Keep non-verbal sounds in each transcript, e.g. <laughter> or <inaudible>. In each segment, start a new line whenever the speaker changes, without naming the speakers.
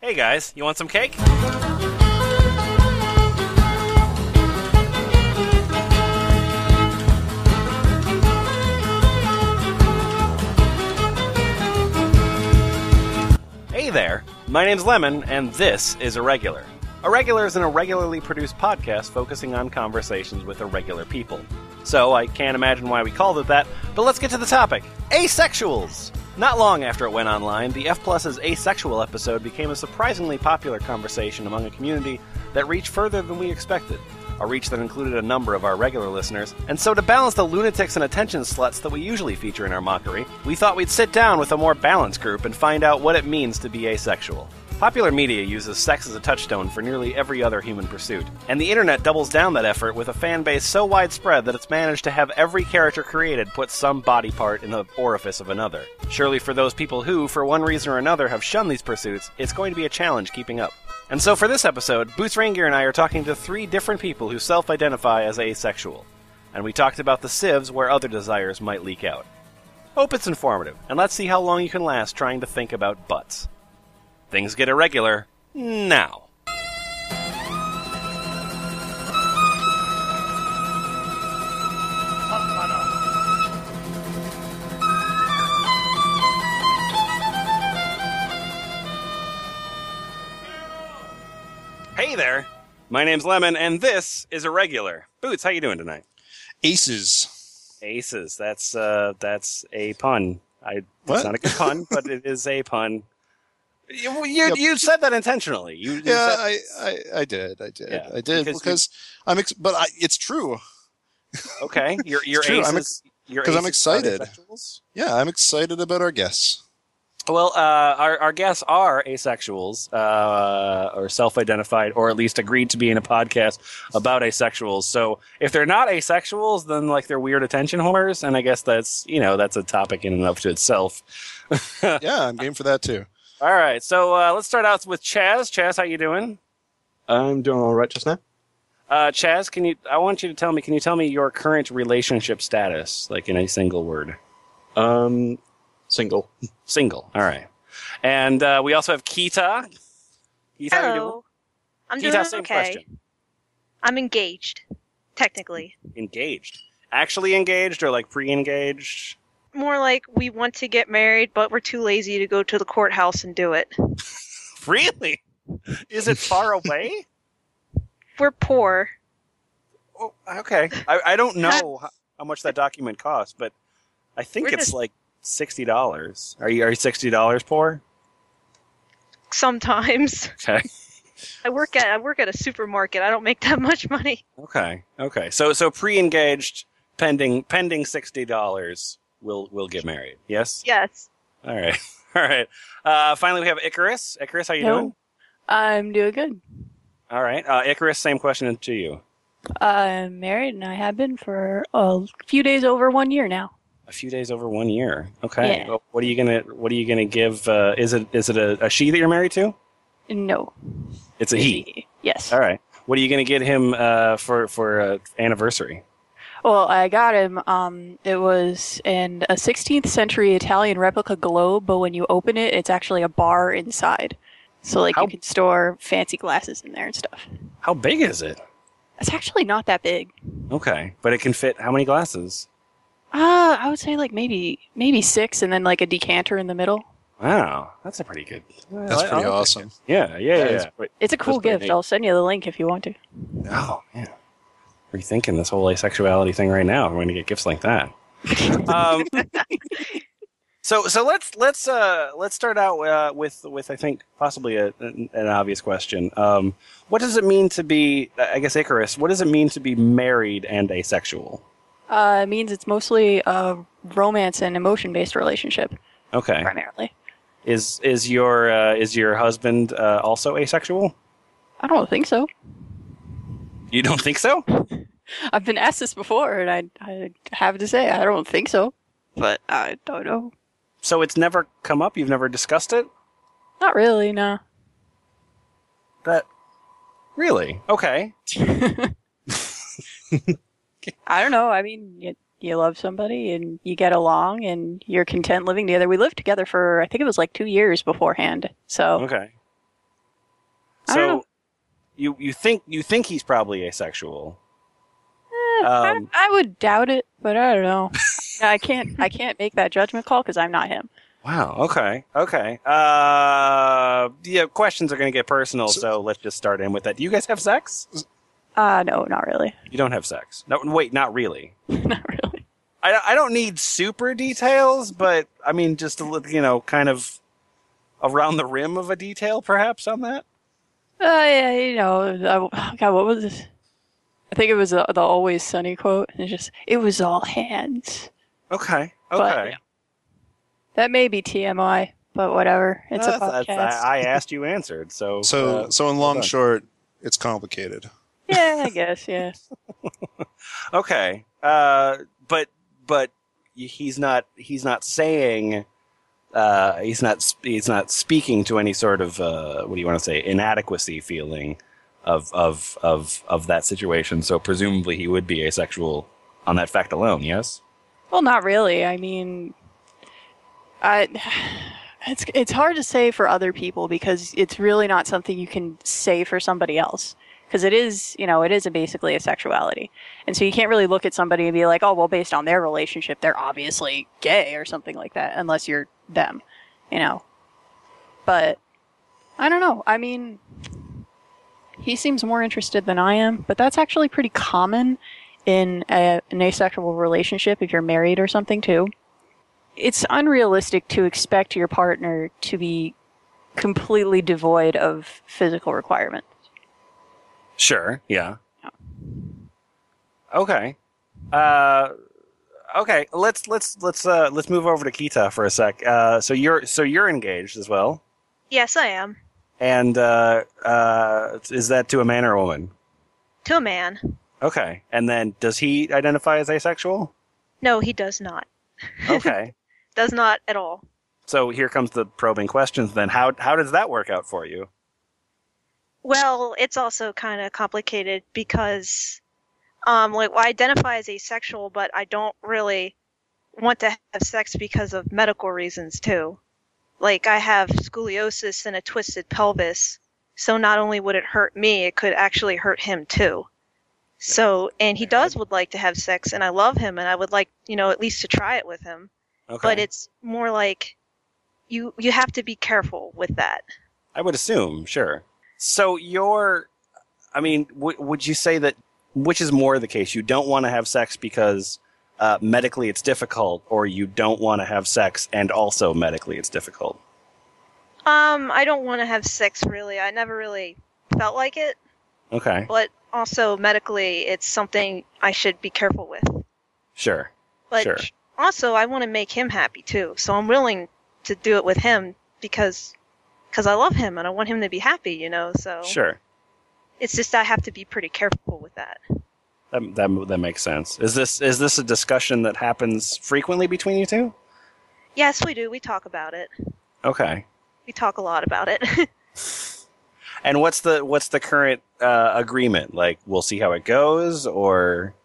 Hey guys, you want some cake? Hey there, my name's Lemon, and this is Irregular. Irregular is an irregularly produced podcast focusing on conversations with irregular people. So I can't imagine why we called it that, but let's get to the topic Asexuals! Not long after it went online, the F Plus's asexual episode became a surprisingly popular conversation among a community that reached further than we expected a reach that included a number of our regular listeners. And so, to balance the lunatics and attention sluts that we usually feature in our mockery, we thought we'd sit down with a more balanced group and find out what it means to be asexual. Popular media uses sex as a touchstone for nearly every other human pursuit, and the internet doubles down that effort with a fan base so widespread that it's managed to have every character created put some body part in the orifice of another. Surely, for those people who, for one reason or another, have shunned these pursuits, it's going to be a challenge keeping up. And so for this episode, Boots Reingear and I are talking to three different people who self identify as asexual. And we talked about the sieves where other desires might leak out. Hope it's informative, and let's see how long you can last trying to think about butts. Things get irregular now. Hey there! My name's Lemon, and this is Irregular. Boots, how you doing tonight?
Aces.
Aces. That's uh, that's a pun. I, it's
What?
not a good pun, but it is a pun. You, you,
<laughs> Yep.
you said that intentionally. You, you
Yeah,
said-
I, I, I did, I did,
Yeah,
I did
because
because, I'm, ex- but I, it's true.
okay. <laughs> Your your
true,
aces.
I'm
your
'cause I'm
aces are
excited.
asexuals?
Yeah, I'm excited about
<laughs>
our guests.
Well, uh, our our guests are asexuals, uh, or self-identified, or at least agreed to be in a podcast about asexuals. So if they're not asexuals, then like they're weird attention whores, and I guess that's you know that's a topic in and of to itself.
Yeah, I'm game for that too.
All right, so uh, let's start out with Chaz. Chaz, how you doing?
I'm doing all right just now.
Uh, Chaz, can you? I want you to tell me. Can you tell me your current relationship status, like in a single word?
Um, single.
Single. All right. And uh, we also have Kita. Kita, how you doing?
Hello. I'm doing
Kita, same
okay.
question.
I'm engaged, technically.
Engaged. Actually engaged or like pre-engaged?
More like we want to get married, but we're too lazy to go to the courthouse and do it.
Really? Is it far <laughs> away?
We're poor.
oh, okay. I, I
<laughs>
don't know how, how much that document costs, but I think
We're
it's
just-
like sixty dollars. Are you are you sixty dollars poor?
Sometimes
<laughs> Okay.
I work at I work at a supermarket. I don't make that <laughs> much money.
Okay. Okay. So so pre-engaged, pending pending sixty dollars. We'll we'll get married. Yes.
Yes,
All right. <laughs> All right. Uh, finally, we have Icarus. Icarus, how you
No.
doing?
I'm doing good.
All right. Uh, Icarus, same question to you.
I'm married and I have been for a few days over one year now.
A few days over one year. Okay.
Yeah.
Well, what are you gonna What are you gonna give? Uh, is it Is it a, a she that you're married to?
No.
It's a he.
Yes.
All right. What are you gonna get him uh, for for uh, anniversary?
Well, I got him. Um, it was in a 16th century Italian replica globe, but when you open it, it's actually a bar inside. So like
How-
you can store fancy glasses in there and stuff.
How big is it?
It's actually not that big.
Okay, but it can fit how many glasses?
Uh, I would say like maybe maybe six, and then like a decanter in the middle.
Wow, that's a pretty good. uh,
That's pretty awesome.
Yeah, yeah,
That
yeah.
is pretty-
It's a cool
That's pretty
gift.
neat.
I'll send you the link if you want to.
Oh man, rethinking this whole asexuality thing right now. We're going to get gifts like that. um, so so let's let's uh, let's start out uh, with with I think possibly a, an, an obvious question. Um, what does it mean to be? I guess Icarus. What does it mean to be married and asexual?
Uh, it means it's mostly a romance and emotion based relationship
Okay,
primarily.
is is your uh, is your husband uh, also asexual?
I don't think so.
You don't think so?
I've been asked this before, and I, I have to say I don't think so, but I don't know.
So it's never come up. You've never discussed it.
Not really, no.
That really okay.
I don't know. I mean, you, you love somebody and you get along and you're content living together. We lived together for I think it was like two years beforehand, so
Okay.
I don't know.
So you you think you think he's probably asexual.
Eh, I-
Um,
I, would doubt it, but I don't <laughs> know. Yeah, I can't. I can't make that judgment call because I'm not him.
Wow. Okay. Okay. Uh, yeah. Questions are going to get personal, so,
So-
let's just start in with that. Do you guys have sex?
Uh no, not really.
You don't have sex. No. Wait. Not really.
<laughs> not really.
I I don't need super details, but I mean just a little, you know, kind of around the rim of a detail, perhaps on that.
Uh, yeah, you know. I, oh God, what was this? I think it was uh, the, the Always Sunny quote, and it's just it was all hands.
Okay. Okay.
But, yeah. That may be TMI, but whatever. It's a
That's-
podcast.
that's- I, I asked, you answered. So
So,
uh,
so in long
on.
short, it's complicated.
yeah, I guess. Yeah.
Okay. Uh, but but he's not he's not saying uh, he's not sp- he's not speaking to any sort of uh, what do you want to say inadequacy feeling of of of of that situation. So presumably he would be asexual on that fact alone. Yes.
Well, not really. I mean, I it's it's hard to say for other people because it's really not something you can say for somebody else because it is, you know, it is a basically a sexuality. And so you can't really look at somebody and be like, "Oh, well, based on their relationship, they're obviously gay or something like that," unless you're them, you know. But I don't know. I mean, he seems more interested than I am, but that's actually pretty common in a, an asexual relationship if you're married or something too. It's unrealistic to expect your partner to be completely devoid of physical requirement.
Sure. Yeah. Okay. Uh, okay. Let's let's let's uh, let's move over to Kita for a sec. Uh, so you're so you're engaged as well,
Yes, I am.
and uh, uh, is that to a man or a woman?
To a man.
Okay. And then does he identify as asexual?
No, he does not.
Okay.
Does not at all.
so here comes the probing questions then. How how does that work out for you?
Well, it's also kind of complicated because, um, like, well, I identify as asexual, but I don't really want to have sex because of medical reasons too. Like, I have scoliosis and a twisted pelvis, so not only would it hurt me, it could actually hurt him too. So, and he does would like to have sex, and I love him, and I would like, you know, at least to try it with him.
Okay.
But it's more like you you have to be careful with that.
I would assume, sure. So you're I mean, w- would you say that which is more the case? You don't want to have sex because uh, medically it's difficult or you don't want to have sex and also medically it's difficult?
Um, I don't want to have sex really. I never really felt like it,
Okay.
but also medically, it's something I should be careful with.
Sure.
But
Sure.
also, I want to make him happy too, so I'm willing to do it with him because because I love him and I want him to be happy, you know. So
Sure.
it's just I have to be pretty careful with that.
That, that that makes sense. Is this is this a discussion that happens frequently between you two?
Yes, we do. We talk about it.
Okay.
We talk a lot about it. <laughs>
And what's the what's the current uh, agreement? Like we'll see how it goes, or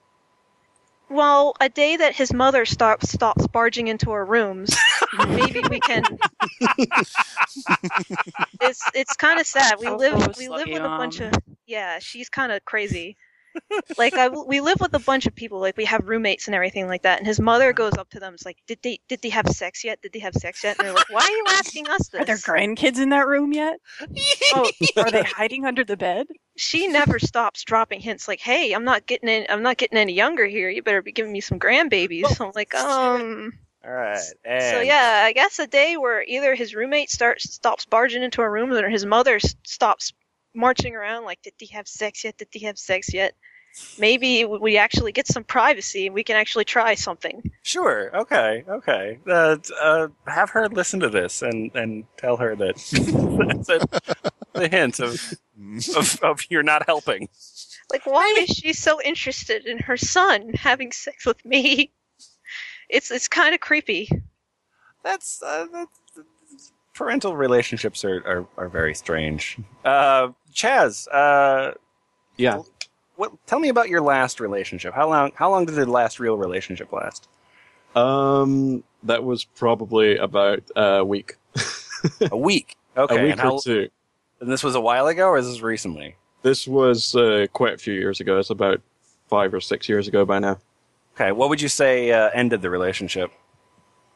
Well, a day that his mother stops stops barging into our rooms, maybe we can. it's it's kind of sad. We
Oh,
live we
slutty
live with a bunch
mom.
of yeah. She's kind of crazy. like I, we live with a bunch of people. Like we have roommates and everything like that. And his mother goes up to them. It's like, did they did they have sex yet? Did they have sex yet? And they're like, why are you asking us this?
Are there grandkids in that room <laughs> yet?
oh,
Are they hiding under the bed?
she never stops dropping hints like, "Hey, I'm not getting in, I'm not getting any younger here. You better be giving me some grandbabies." I'm like, um.
all right.
So
and-
yeah, I guess a day where either his roommate starts stops barging into our rooms, or his mother s- stops marching around like, "Did they have sex yet? Did they have sex yet?" Maybe we- we actually get some privacy and we can actually try something.
sure. Okay, okay. Uh, t- uh, have her listen to this and and tell her that <laughs> that's a, the hint of, of of you're not helping.
Like, why is she so interested in her son <laughs> having sex with me? It's it's kind of creepy.
That's, uh, that's parental relationships are are, are very strange. Uh, Chaz, uh,
Yeah.
what? Tell me about your last relationship. How long? How long did the last real relationship last?
Um, that was probably about a week.
<laughs>
A week. Okay.
a week
and how-
or two.
And this was a while ago, or is this recently?
This was uh, quite a few years ago. It's about five or six years ago by now.
Okay, what would you say uh, ended the relationship?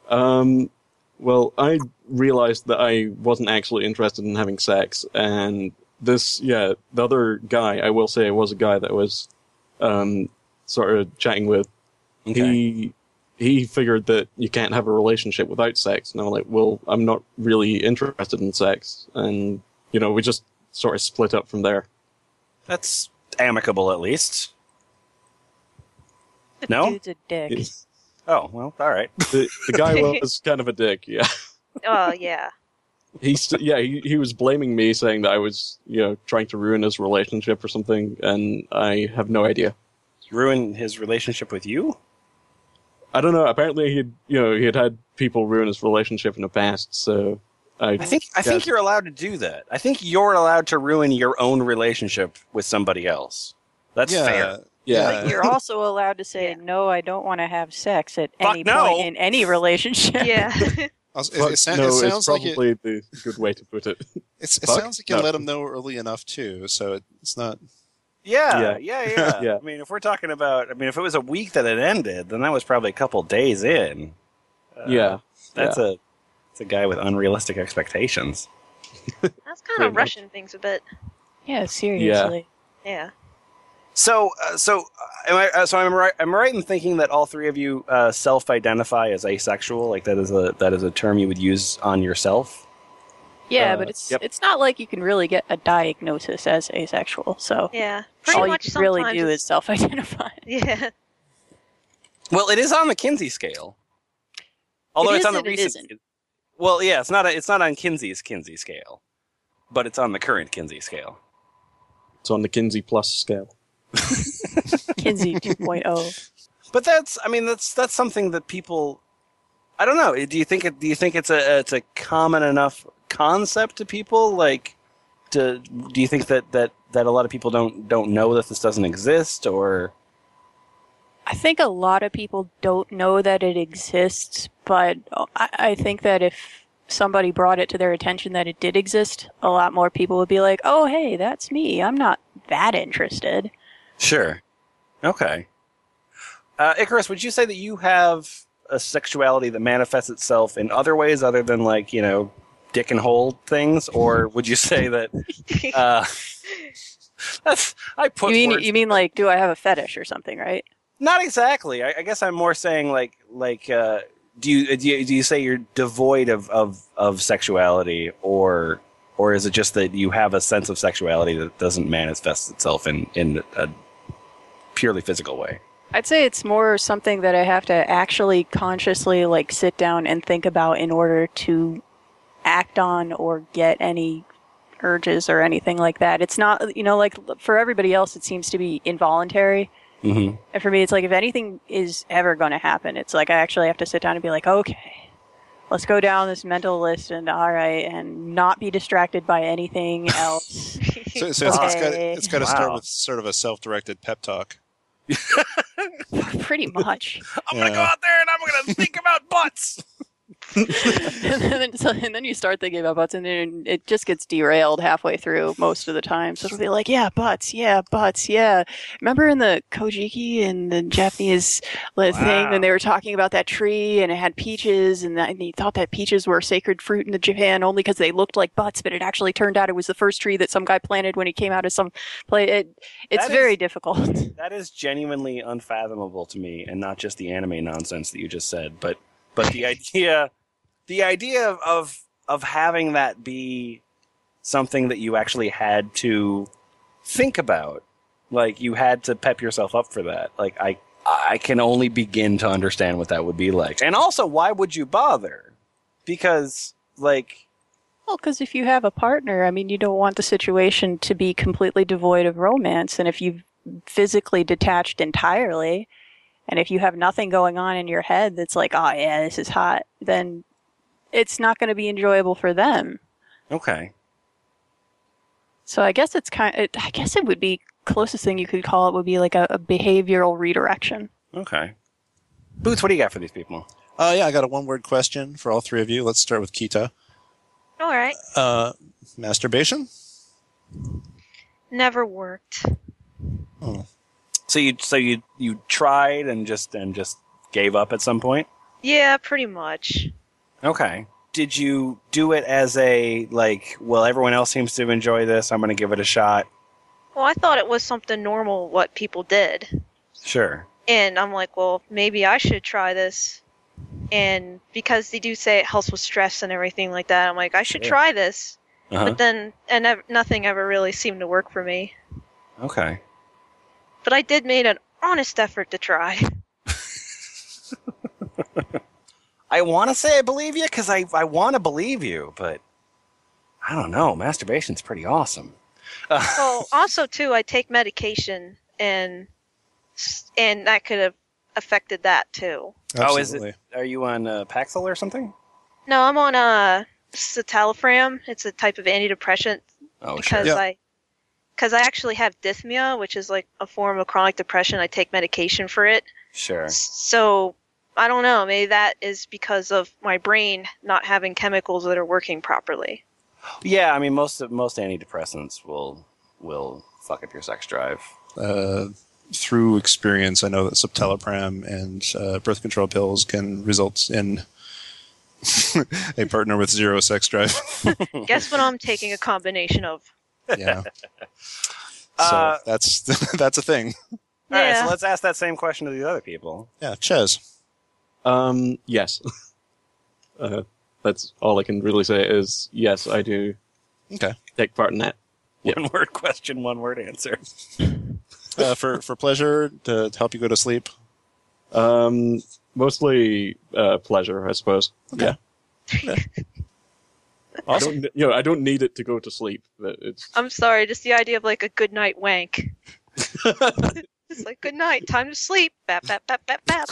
Um, well, I realized that I wasn't actually interested in having sex, and this, yeah, the other guy, I will say, was a guy that was um, sort of chatting with.
Okay.
He he figured that you can't have a relationship without sex, and I'm like, well, I'm not really interested in sex, and you know, we just sort of split up from there.
That's amicable, at least. No?
Dude's a dick.
Oh, well, all right.
The, the guy was kind of a dick, yeah.
Oh yeah.
he st- yeah he, he was blaming me saying that i was you know trying to ruin his relationship or something and i have no idea
Ruin his relationship with you?
i don't know apparently he'd you know he'd had people ruin his relationship in the past so i,
I think I think you're allowed to do that. I think you're allowed to ruin your own relationship with somebody else. That's fair.
yeah
But you're also allowed to say, no, I don't want to have sex at
Fuck
any
no.
point in any relationship.
Yeah. <laughs>
I was- It,
Fuck
it sa- it
no is
sounds like
probably
it,
the good way to put it <laughs>
it's, it
fuck
sounds like you
no.
let him know early enough too, so it, it's not.
Yeah, yeah,
Yeah.
<laughs> yeah.
Yeah.
I mean, if we're talking about, I mean, if it was a week that it ended, then that was probably a couple days in. Uh,
yeah
that's a that's a guy with unrealistic expectations.
That's kind
Pretty
of
much.
rushing things a bit.
Yeah, seriously.
Yeah.
So, uh, so uh, am I? Uh, so I'm right. I'm right in thinking that all three of you uh, self-identify as asexual. Like that is a that is a term you would use on yourself.
Yeah,
Uh,
but it's
yep.
it's not like you can really get a diagnosis as asexual. So
Yeah. Pretty
all you
much
can really
sometimes
do
it's-
is self-identify.
<laughs> Yeah.
Well, it is on the Kinsey scale. <laughs> Although
It
it's
is
on the
and it
recent. <laughs>
isn't.
Well, yeah, it's not a, it's not on Kinsey's Kinsey scale, but it's on the current Kinsey scale.
it's on the kinsey plus scale
Kinsey oh. 2.0.
But that's I mean that's that's something that people I don't know. Eh, Do you think it do you think it's a it's a common enough concept to people like to do you think that that that a lot of people don't don't know that this doesn't exist or
<laughs> I think a lot of people don't know that it exists, but I, I think that if somebody brought it to their attention that it did exist, a lot more people would be like, "Oh, hey, that's me. I'm not that interested."
Sure. Okay. Uh, Icarus, would you say that you have a sexuality that manifests itself in other ways other than like you know dick and hole things, or would you say that? Uh, that's I put
you mean
words-
you mean like do I have a fetish or something, right?
not exactly. I, I guess I'm more saying like like uh, do you do you, do you say you're devoid of, of of sexuality or or is it just that you have a sense of sexuality that doesn't manifest itself in in a purely physical way?
I'd say it's more something that I have to actually consciously like sit down and think about in order to act on or get any urges or anything like that. It's not, you know, like for everybody else, it seems to be involuntary.
Mm-hmm.
And for me, it's like if anything is ever going to happen, it's like I actually have to sit down and be like, okay, let's go down this mental list and all right, and not be distracted by anything
<laughs>
else.
So, so it's, it's got
Okay.
it's got to start
Wow.
with sort of a self-directed pep talk.
Pretty much.
I'm
Yeah.
gonna go out there and I'm gonna think about butts.
<laughs> and, then, so, and then you start thinking about butts, and then it just gets derailed halfway through most of the time. So it'll be like, yeah, butts, yeah, butts, yeah. Remember in the Kojiki and the Japanese lit thing
Wow.
when they were talking about that tree and it had peaches, and, that, and he thought that peaches were a sacred fruit in Japan only because they looked like butts, but it actually turned out it was the first tree that some guy planted when he came out of some place. It, it's
That is-
very difficult.
That is genuinely unfathomable to me, and not just the anime nonsense that you just said, but but the idea, the idea of of, of having that be something that you actually had to think about, like you had to pep yourself up for that. Like I I can only begin to understand what that would be like, and also why would you bother? Because like
Well, because if you have a partner, I mean, you don't want the situation to be completely devoid of romance. And if you've physically detached entirely, and if you have nothing going on in your head that's like, oh, yeah, this is hot, then it's not going to be enjoyable for them.
okay,
So I guess it's kind it, I guess it would be closest thing you could call it would be like a, a behavioral redirection.
okay, Boots, what do you got for these people?
Uh, yeah, I got a one-word question for all three of you. Let's start with Kita.
All right.
Uh, masturbation.
Never worked.
So you so you you tried and just and just gave up at some point.
Yeah, pretty much.
Okay. Did you do it as a like? Well, everyone else seems to enjoy this. I'm going to give it a shot.
Well, I thought it was something normal what people did.
Sure.
And I'm like, well, maybe I should try this. And because they do say it helps with stress and everything like that, I'm like, I should
Sure.
try this.
Uh-huh.
But then and ev- nothing ever really seemed to work for me.
Okay.
But I did made an honest effort to try.
I want to say I believe you because I I want to believe you, but I don't know. Masturbation's pretty awesome.
well, also too, I take medication and s- and that could have affected that too.
Oh, is it? Are you on uh, Paxil or something?
No, I'm on a citalopram. It's a type of antidepressant
Oh, sure.
because
Yeah.
I because I actually have dysthmia, which is like a form of chronic depression. I take medication for it.
Sure.
So I don't know. Maybe that is because of my brain not having chemicals that are working properly.
Yeah, I mean most of most antidepressants will will fuck up your sex drive.
Uh, through experience, I know that subtelepram and uh, birth control pills can result in <laughs> a partner with zero sex drive. <laughs> Hmm.
Guess what? I'm taking a combination of.
yeah. So
Uh,
that's <laughs> that's a thing.
All right,
yeah.
so let's ask that same question to the other people.
Yeah, Ches.
Um, yes. <laughs> uh, that's all I can really say is yes, I do
Okay.
take part in that.
One word question, one word answer.
Uh, for for pleasure to, to help you go to sleep.
Um, mostly uh, pleasure, I suppose. Yeah. I don't, you know, I don't need it to go to sleep. But it's
I'm sorry, just the idea of like a good
<laughs>
night wank. It's like good night, time to sleep. Bap bap bap bap bap.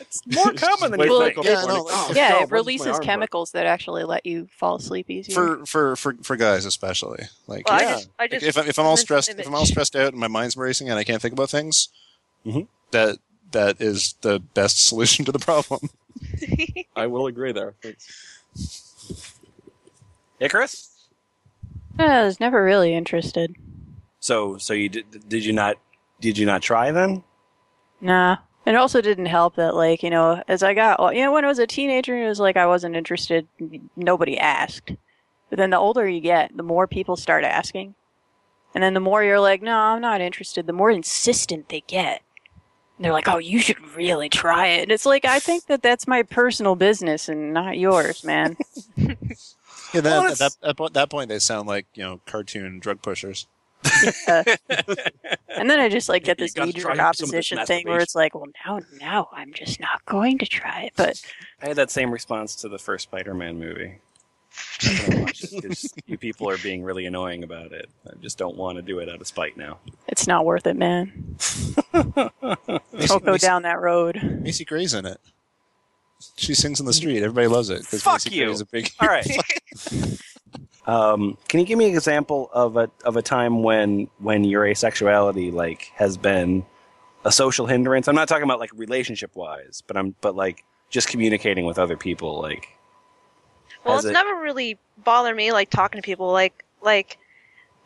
It's more
Just
common than
wait
you
till I
think.
wake up
Yeah,
in the
no,
morning. Oh, God,
yeah,
when's
it
my
releases
arm broke?
chemicals that actually let you fall asleep easier.
For for for for guys especially. Like
Well,
Yeah.
I just, I just
if, I'm- if I'm all
mental
stressed,
image.
if I'm
<laughs>
all stressed out and my mind's racing and I can't think about things,
Mhm.
that that is the best <laughs> solution to the problem.
I will agree there. It's-
Icarus.
Yeah, I was never really interested.
So so you did, did you not did you not try then?
Nah. And it also didn't help that, like, you know, as I got, you know, when I was a teenager, it was like I wasn't interested. n- Nobody asked. But then the older you get, the more people start asking. And then the more you're like, no, I'm not interested, the more insistent they get. And they're like, oh, you should really try it. And it's like, I think that that's my personal business and not yours, man.
Yeah, then
Well,
at,
it's-
that, at po- that point, they sound like you know cartoon drug pushers.
Uh, And then I just like get
<laughs> You
this
gotta
knee
try
jerk
some of this
opposition thing where it's like, well, now, now I'm just not going to try it. But
I had that same response to the first Spider-Man <laughs> movie. That's what I watched, 'cause you people are being really annoying about it. I just don't want to do it out of spite now.
it's not worth it, man. Don't Oh, go down that road.
Macy Gray's in it. She sings in the street. Everybody loves it. 'cause
Fuck
Macy
you.
Gray is a big.
All right. <laughs> um, can you give me an example of a of a time when when your asexuality like has been a social hindrance? I'm not talking about like relationship wise, but I'm but like just communicating with other people. Like,
well,
as
it's
a-
never really bothered me like talking to people. Like like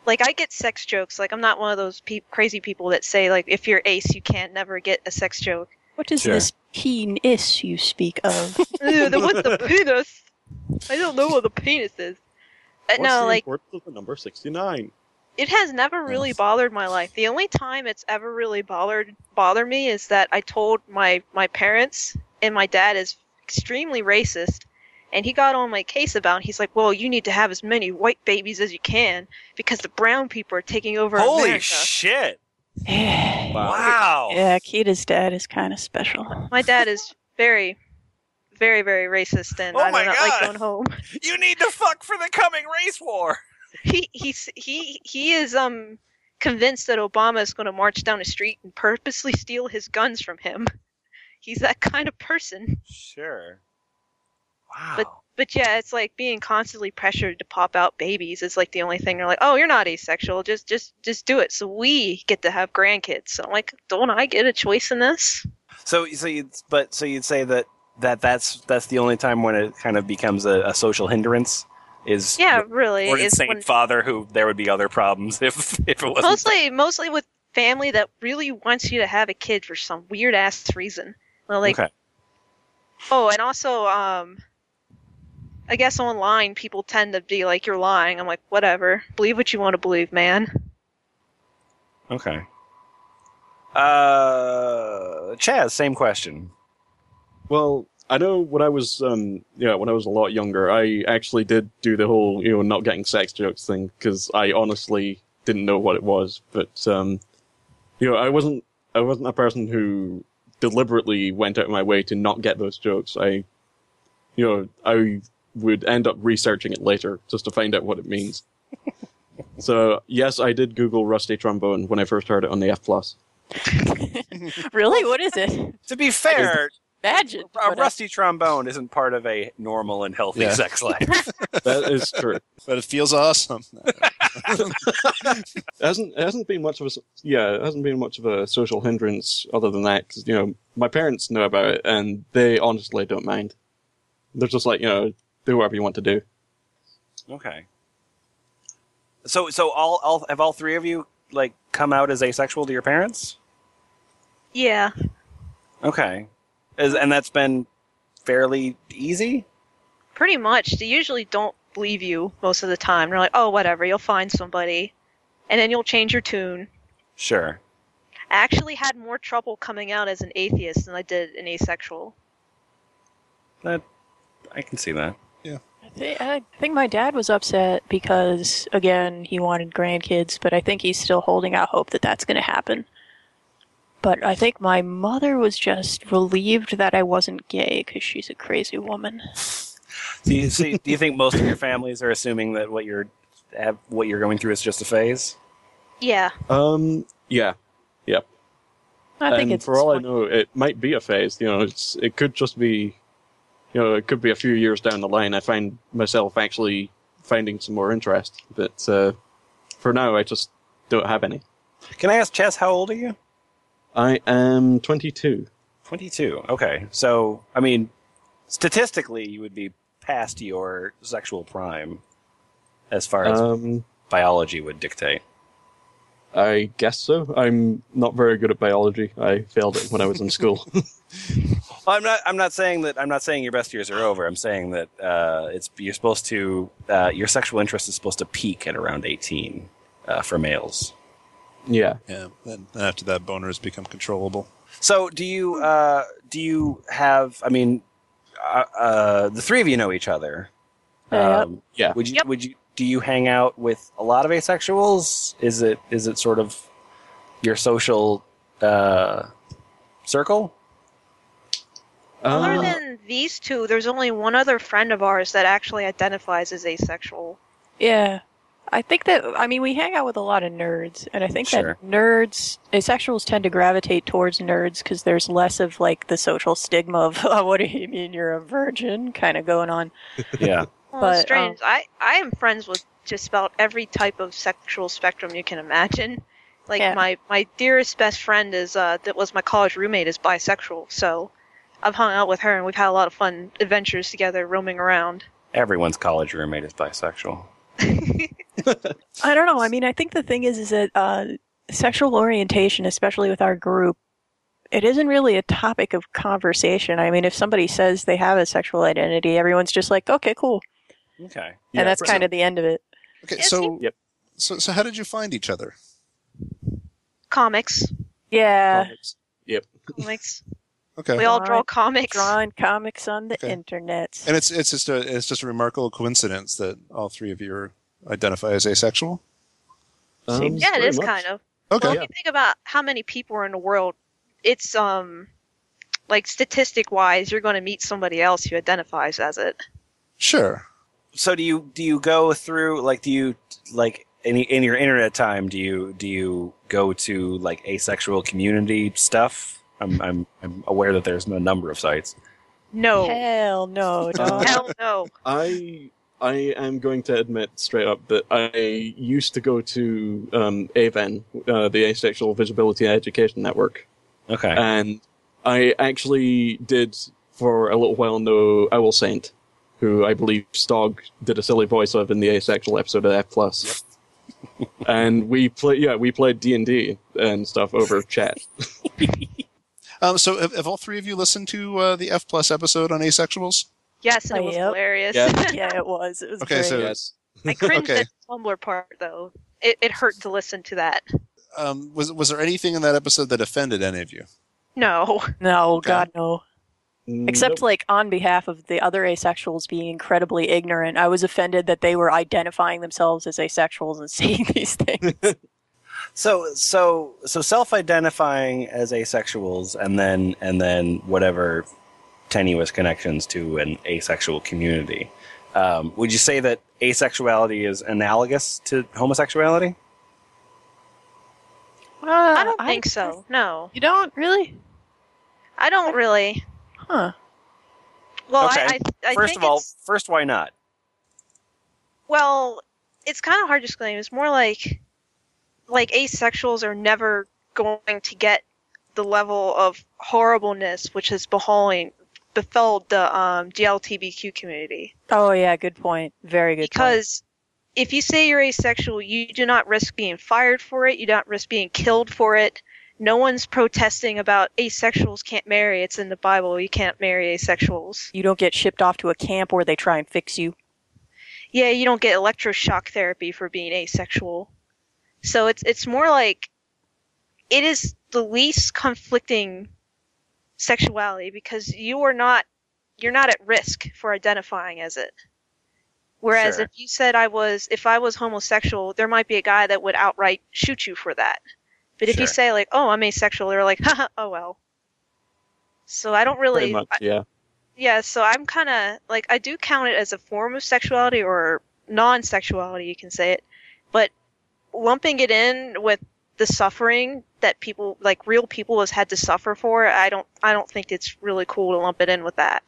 like I get sex jokes. Like I'm not one of those pe- crazy people that say like if you're ace, you can't never get a sex
<laughs>
joke.
What is
Sure.
this penis you speak <laughs> of?
Ew, the, what's the penis? I don't know what the penis is. Uh,
what's
no,
the
like
importance of the number sixty-nine?
it has never really bothered my life. The only time it's ever really bothered bothered me is that I told my my parents and my dad is extremely racist and he got on my case about it. he's like, "Well, you need to have as many white babies as you can because the brown people are taking over
holy
America."
shit!
yeah,
Wow.
Oh. Kita's dad is kind of special. <laughs>
my dad is very very very racist and
Oh
I do
my
not like
God.
going home.
You need to fuck for the coming race war.
He he's he he is um convinced that Obama is going to march down the street and purposely steal his guns from him. He's that kind of person.
Sure. Wow.
But- But yeah, it's like being constantly pressured to pop out babies is like the only thing. They're like, "Oh, you're not asexual. Just just just do it." So we get to have grandkids. So I'm like, "Don't I get a choice in this?"
So, so you, but so you'd say that that that's that's the only time when it kind of becomes a, a social hindrance is
Yeah, really.
or
is
insane
when-
father who there would be other problems <laughs> if if it wasn't
mostly mostly with family that really wants you to have a kid for some weird ass reason. Well, like
okay.
oh, and also um, I guess online people tend to be like you're lying. I'm like whatever, believe what you want to believe, man.
Okay. Uh, Chaz, same question.
Well, I know when I was um yeah when I was a lot younger, I actually did do the whole you know not getting sex jokes thing because I honestly didn't know what it was, but um you know I wasn't I wasn't a person who deliberately went out of my way to not get those jokes. I you know I would end up researching it later just to find out what it means. so yes, I did Google rusty trombone when I first heard it on the F plus.
really? What is it?
To be fair,
<laughs> Imagine.
a
what
rusty trombone isn't part of a normal and healthy
Yeah.
sex life.
That is true.
But it feels awesome. <laughs>
It hasn't it hasn't been much of a s- yeah it hasn't been much of a social hindrance other than that 'cause, you know my parents know about it and they honestly don't mind they're just like you know do whatever you want to do
okay. So, so all, all have all three of you like come out as asexual to your parents?
Yeah,
Okay. Is, and that's been fairly easy.
pretty much. They usually don't believe you most of the time. They're like, oh, whatever, you'll find somebody, and then you'll change your tune.
Sure.
I actually had more trouble coming out as an atheist than I did an asexual.
That I can see that.
I thi- I think my dad was upset because, again, he wanted grandkids, but I think he's still holding out hope that that's going to happen. But I think my mother was just relieved that I wasn't gay because she's a crazy woman.
Do you see? do you think most of your families are assuming that what you're have, what you're going through is just a phase?
Yeah,
um yeah
I think
and
it's
for all I
fine.
know it might be a phase you know it's it could just be you know it could be a few years down the line I find myself actually finding some more interest but uh, for now I just don't have any
Can I ask, Chess, how old are you?
I am 22
22. Okay. So, I mean, statistically, you would be past your sexual prime as far as
um
biology would dictate.
I guess so. I'm not very good at biology. I failed it when I was in school.
Well, I'm not. I'm not saying that. I'm not saying your best years are over. I'm saying that uh, it's you're supposed to. Uh, your sexual interest is supposed to peak at around 18 uh, for males.
yeah.
Yeah. Then then after that, boners become controllable.
So, do you uh, do you have? I mean, uh, uh, the three of you know each other.
uh,
Um,
Yeah.
Yeah.
Would you?
Yep.
Would you? Do you hang out with a lot of asexuals? Is it? Is it sort of your social uh, circle?
Other
Uh.
Ah,
than these two, there's only one other friend of ours that actually identifies as asexual.
Yeah. I think that, I mean, we hang out with a lot of nerds, and I think
Sure.
that nerds, asexuals tend to gravitate towards nerds because there's less of like the social stigma of, <laughs> oh, what do you mean you're a virgin kind of going on.
<laughs> Yeah.
Well,
But, um,
it's Oh, strange. I I am friends with just about every type of sexual spectrum you can imagine. Like
Yeah.
my my dearest best friend is uh that was my college roommate is bisexual, so I've hung out with her and we've had a lot of fun adventures together roaming around.
Everyone's college roommate is bisexual.
I don't know. I mean, I think the thing is, is that uh, sexual orientation, especially with our group, it isn't really a topic of conversation. I mean, if somebody says they have a sexual identity, everyone's just like, okay, cool,
Okay.
Yeah,
and that's
right.
kind of the end of it.
Okay.
Yes,
So,
yep.
so, so how did you find each other?
<laughs>
Comics, uh,
Yeah,
comics.
comics.
Okay.
we all draw
Drawing-
comics.
drawing comics on the
Okay.
internet.
And it's it's just a it's just a remarkable coincidence that all three of you are, identify as asexual.
Um,
Yeah, it
pretty
is
much.
kind of.
Okay.
Well, if you think about how many people are in the world, it's um like statistic wise, you're going to meet somebody else who identifies as it.
Sure.
so do you do you go through like do you like in, in your internet time do you do you go to like asexual community stuff i'm i'm, I'm aware that there's a number of sites
No,
<laughs> Hell no, dog.
hell no.
I I am going to admit straight up that I used to go to um, AVEN, uh, the Asexual Visibility Education Network,
okay
and I actually did for a little while know Owl Saint, who I believe Stog did a silly voice of in the asexual episode of F
<laughs>
Plus. and we play, yeah, we played D and D and stuff over
<laughs>
chat.
Um, so have, have all three of you listened to uh, the F plus episode on asexuals?
Yes, and it
Oh,
was
yep.
hilarious.
Yeah.
yeah, it was. It was
Okay,
<laughs>
great.
so-
yes,
I cringed
Okay.
at the Tumblr part though. It, it hurt to listen to that.
Um, was was there anything in that episode that offended any of you?
No,
no, God, no. Except,
Nope.
like, on behalf of the other asexuals being incredibly ignorant, I was offended that they were identifying themselves as asexuals and <laughs> saying
<laughs>
these things.
So so so self-identifying as asexuals and then and then whatever tenuous connections to an asexual community. Um, would you say that asexuality is analogous to homosexuality?
<laughs> I don't think so. No,
You don't? Really?
I don't really.
Huh.
Well,
Okay.
I, I, I
first
think
of all,
it's-
first why not?
Well, it's kind of hard to explain. It's more like like asexuals are never going to get the level of horribleness which has befalling befell the um, DLTBQ community.
Oh, yeah, good point. Very good point.
because if you say you're asexual, you do not risk being fired for it. You don't risk being killed for it. No one's protesting about asexuals can't marry. It's in the Bible. You can't marry asexuals.
You don't get shipped off to a camp where they try and fix you.
yeah, you don't get electroshock therapy for being asexual. So it's it's more like it is the least conflicting sexuality because you are not you're not at risk for identifying as it. Whereas
Sure.
if you said I was if I was homosexual, there might be a guy that would outright shoot you for that. But if you
Sure.
say like, "Oh, I'm asexual," they're like, <laughs> Haha, "Oh well." So I don't
pretty
really
much, yeah.
yeah, so I'm kind of like I do count it as a form of sexuality or non-sexuality, you can say it, but lumping it in with the suffering that people, like real people, has had to suffer for, I don't, I don't think it's really cool to lump it in with that.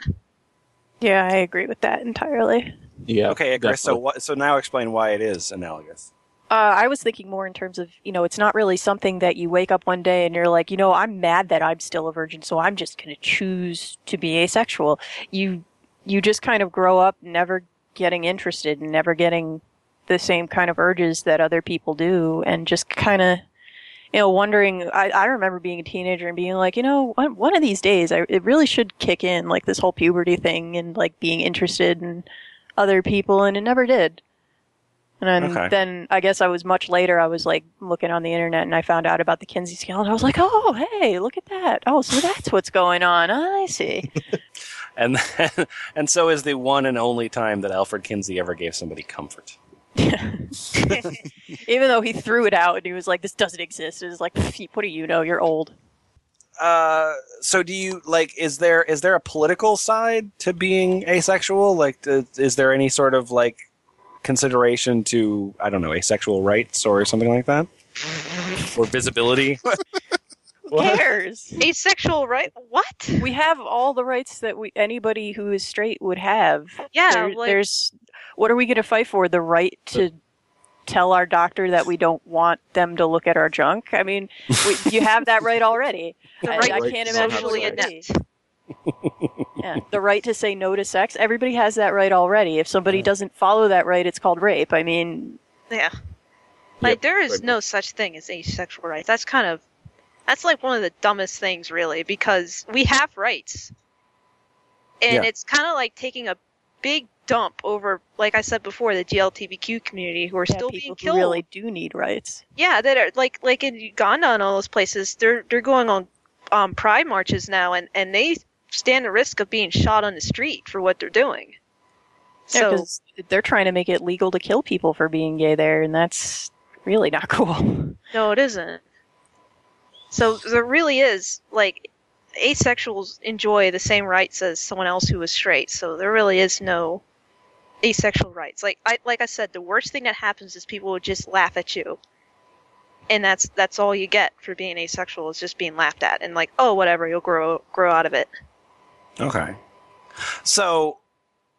Yeah, I agree with that entirely.
Yeah.
okay, Chris. So
definitely.
what, so now explain why it is analogous.
Uh, I was thinking more in terms of, you know, it's not really something that you wake up one day and you're like, you know, I'm mad that I'm still a virgin, so I'm just going to choose to be asexual. You, you just kind of grow up never getting interested and never getting the same kind of urges that other people do and just kind of, you know, wondering. I, I remember being a teenager and being like, you know, one, one of these days, I, it really should kick in, like this whole puberty thing and like being interested in other people, and it never did. And then,
Okay.
then I guess I was much later. I was like looking on the internet and I found out about the Kinsey scale, and I was like, oh, hey, look at that. Oh, so that's what's going on. I see.
And <laughs> and so is the one and only time that Alfred Kinsey ever gave somebody comfort.
Even though he threw it out and he was like, this doesn't exist. It was like, "Pff, what do you know? You're old.
Uh, so do you like is there is there a political side to being asexual like th- is there any sort of like consideration to i don't know asexual rights or something like that or visibility
Who cares?
Asexual, right? What?
we have all the rights that we, anybody who is straight would have.
Yeah,
There-
like-
there's. What are we going to fight for? The right to tell our doctor that we don't want them to look at our junk. I mean, we, you have that right already.
<laughs> The
I,
right
I
to
can't
be
imagine what
Sexually
it would be.
inept.
Yeah, the right to say no to sex. Everybody has that right already. If somebody doesn't follow that right, it's called rape. I mean,
Yeah. Like
Yep,
there is
right.
no such thing as asexual rights. That's kind of that's like one of the dumbest things really because we have rights. And
Yeah.
it's kind of like taking a big dump over like I said before the GLTBQ community who are
yeah,
still being
people
killed.
who really do need rights.
Yeah, that are like like in Uganda and all those places, they're they're going on um, pride marches now, and and they stand the risk of being shot on the street for what they're doing.
Yeah,
So
'cause they're trying to make it legal to kill people for being gay there, and that's really not <laughs> cool.
no, it isn't. So there really is like asexuals enjoy the same rights as someone else who is straight. So there really is no asexual rights. Like I like I said, the worst thing that happens is people would just laugh at you. And that's that's all you get for being asexual is just being laughed at and like, oh whatever, you'll grow grow out of it.
okay so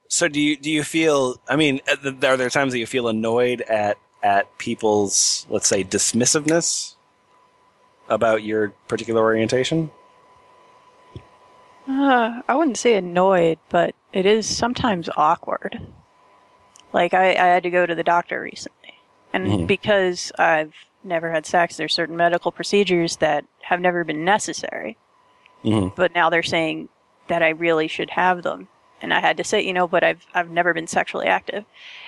so do you do you feel i mean uh, th- are there times that you feel annoyed at at people's let's say dismissiveness about your particular orientation
Uh, I wouldn't say annoyed, but it is sometimes awkward. Like I, I had to go to the doctor recently, and
Mhm.
because I've never had sex, there's certain medical procedures that have never been necessary.
Mhm.
But now they're saying that I really should have them, and I had to say, you know, but I've I've never been sexually active,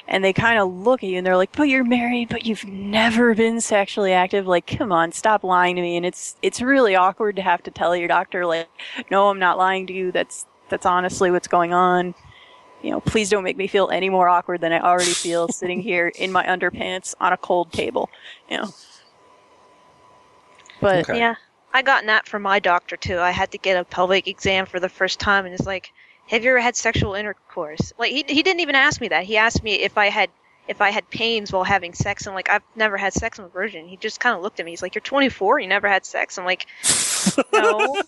and they kind of look at you and they're like, but you're married, but you've never been sexually active. Like, come on, stop lying to me. And it's it's really awkward to have to tell your doctor like no, I'm not lying to you. That's that's honestly what's going on. You know, please don't make me feel any more awkward than I already feel sitting here in my underpants on a cold table. You know. But
Okay.
Yeah. I gotten that from my doctor too. I had to get a pelvic exam for the first time and it's like, Have you ever had sexual intercourse? Like he he didn't even ask me that. He asked me if I had if I had pains while having sex and like I've never had sex I'm a virgin. He just kinda looked at me, he's like, You're twenty four, you never had sex?
<laughs>
I'm like No.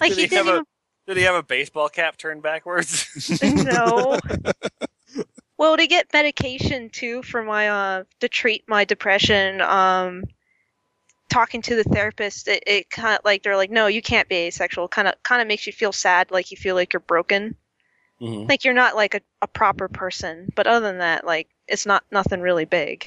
like
Did
he
he have
didn't
a-
even
Did he have a baseball cap turned backwards?
no. well, to get medication too for my uh to treat my depression, um, talking to the therapist, it, it kind of like they're like, no, you can't be asexual. Kind of kind of makes you feel sad, like you feel like you're broken,
Mhm.
like you're not like a, a proper person. But other than that, like it's not nothing really big.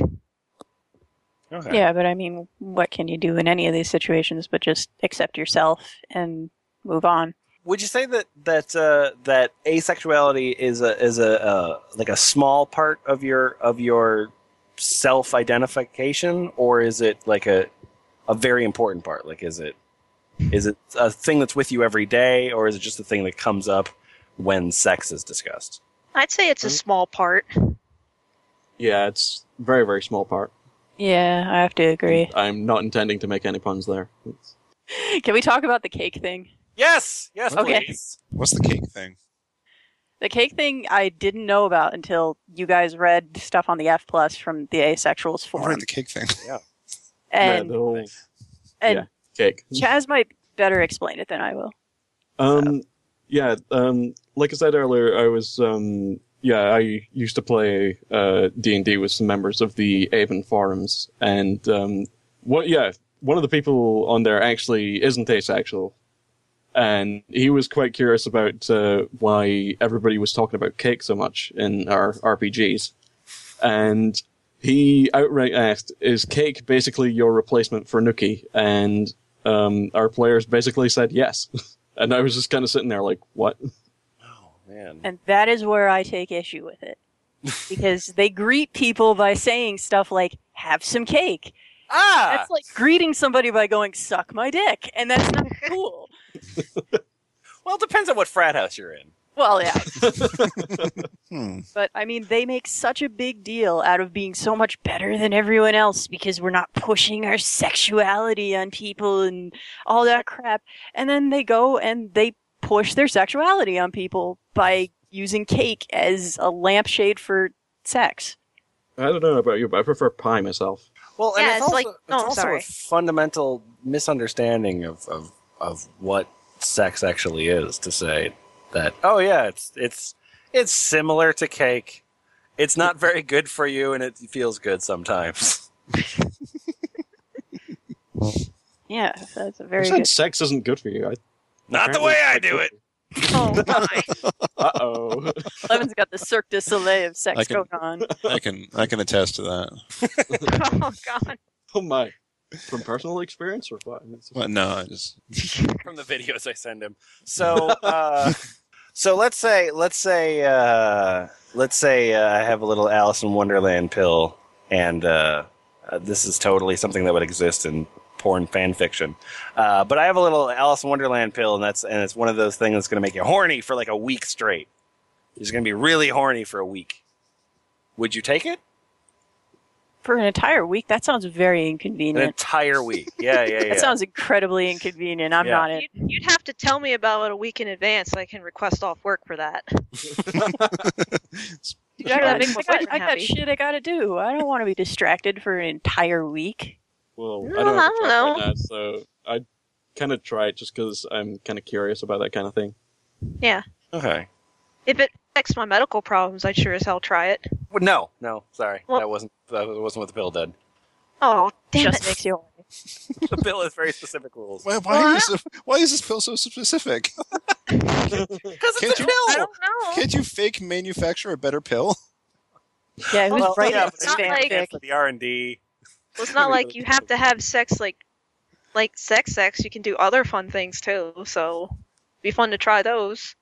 okay.
yeah, but I mean, what can you do in any of these situations but just accept yourself and move on?
Would you say that that uh, that asexuality is a is a uh, like a small part of your of your self identification, or is it like a a very important part? Like, is it is it a thing that's with you every day, or is it just a thing that comes up when sex is discussed?
I'd say it's a
Mm.
small part. <laughs>
Yeah, it's very very small part.
Yeah, I have to agree.
I'm not intending to make any puns there. It's-
Mm. Can we talk about the cake thing?
Yes, yes,
Okay.
please.
What's the cake thing?
The cake thing I didn't know about until you guys read stuff on the F plus from the asexuals
All
forum.
right, the cake thing. <laughs>
and
yeah, the whole
and
yeah. cake.
Chaz might better explain it than I will.
Um, yeah. Um, like I said earlier, I was um, yeah, I used to play uh, D and D with some members of the Avon forums, and um, what yeah, one of the people on there actually isn't asexual, and he was quite curious about uh, why everybody was talking about cake so much in our RPGs, and. He outright asked, "Is cake basically your replacement for Nuki?" And um, our players basically said yes. And I was just kind of sitting there like, what?
<laughs> Oh man.
And that is where I take issue with it. because they greet people by saying stuff like, have some cake.
Ah,
That's like greeting somebody by going, suck my dick. And that's not <laughs> cool.
well, it depends on what frat house you're in.
Well, yeah.
Hmm.
But I mean, they make such a big deal out of being so much better than everyone else because we're not pushing our sexuality on people and all that crap. And then they go and they push their sexuality on people by using cake as a lampshade for sex.
I don't know about you, but I prefer pie myself.
Well, and
Yeah,
it's,
it's
also,
like-
it's
no, I'm
also a
sorry.
fundamental misunderstanding of, of of what sex actually is to say that oh yeah, it's it's it's similar to cake. It's not very good for you and it feels good sometimes. <laughs>
Yeah, that's
<laughs>
a
I
very
said
good.
sex isn't good for you. I,
Not the way I do it.
<laughs>
Oh <laughs> my!
Uh oh.
Levin's got the Cirque du Soleil of sex
I can-
going on.
I can I can attest to that.
oh god!
<laughs> oh my. From personal experience or what? It's-
Well, no, I just
from the videos I send him. So, uh, so let's say, let's say, uh, let's say uh, I have a little Alice in Wonderland pill, and uh, uh, this is totally something that would exist in porn fan fiction. Uh, but I have a little Alice in Wonderland pill, and that's and it's one of those things that's going to make you horny for like a week straight. You're going to be really horny for a week. Would you take it?
For an entire week, that sounds very
An
inconvenient.
entire week? Yeah, yeah, yeah.
That sounds incredibly inconvenient. I'm
Yeah.
not in.
You'd, you'd have to tell me about it a week in advance so I can request off work for that.
I
gotta make my
got, I got-
boyfriend
I got
happy.
shit I gotta do. I don't want to be distracted for an entire week.
Well,
No,
I don't, have
I
a
don't
job
know.
Right now, so I kind of try it just because I'm kind of curious about that kind of thing.
okay.
If it affects my medical problems, I'd sure as hell try it.
Well, no, no, sorry,
Well-
that wasn't that wasn't what the pill did.
Oh, damn
just
it.
makes you horny.
the bill has very specific rules.
Why, why, is, this, why is this pill so specific? <laughs>
Because
Can't
it's a
you- <laughs>
I
pill.
don't know.
Can't you fake manufacture a better pill?
Yeah, who's
Well,
writing
yeah,
this
but it's
not
fanfic?
like-
for the R and D.
Well, it's not like you have to have sex like like sex sex. You can do other fun things too. So it'd be fun to try those.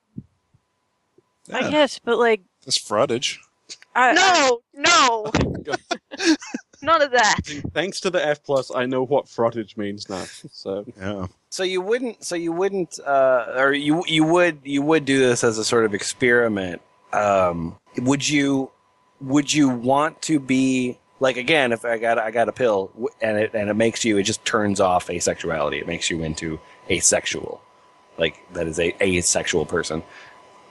I guess, but like,
That's fraudage.
I,
No, no,
God.
Uh, none of that.
Thanks to the F plus, I know what frottage means now. So
Yeah.
So you wouldn't. So you wouldn't. Uh, or you you would you would do this as a sort of experiment. Um, would you would you want to be like again? If I got I got a pill w- and it and it makes you it just turns off asexuality. It makes you into asexual, like that is a asexual person.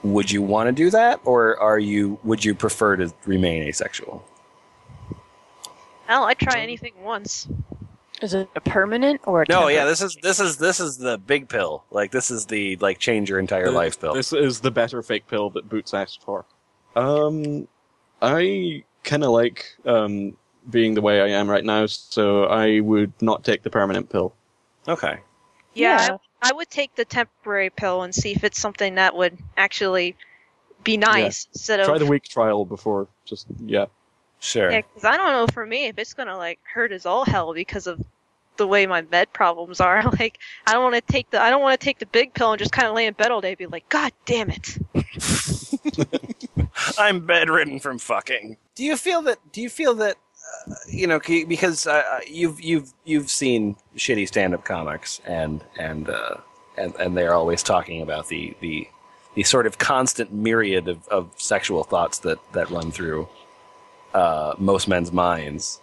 Would you want to do that, or are you? Would you prefer to remain asexual?
Hell, I try anything once.
is it a permanent or a
No, yeah,
temporary?
this is this is this is the big pill. Like this is the like change your entire
Uh,
life pill.
This is the better fake pill that Boots asked for. Um, I kind of like um, being the way I am right now, so I would not take the permanent pill.
Okay.
Yeah, I, I would take the temporary pill and see if it's something that would actually be nice instead of
Try the week trial before. Just yeah,
Sure.
Yeah, 'cause I don't know for me if it's gonna like hurt as all hell because of the way my med problems are. <laughs> Like I don't want to take the I don't want to take the big pill and just kind of lay in bed all day and be like, God damn it.
I'm bedridden from fucking. Do you feel that? Do you feel that? Uh, you know, c- because uh, uh, you've you've you've seen shitty stand-up comics, and and uh, and and they're always talking about the the the sort of constant myriad of, of sexual thoughts that that run through uh, most men's minds.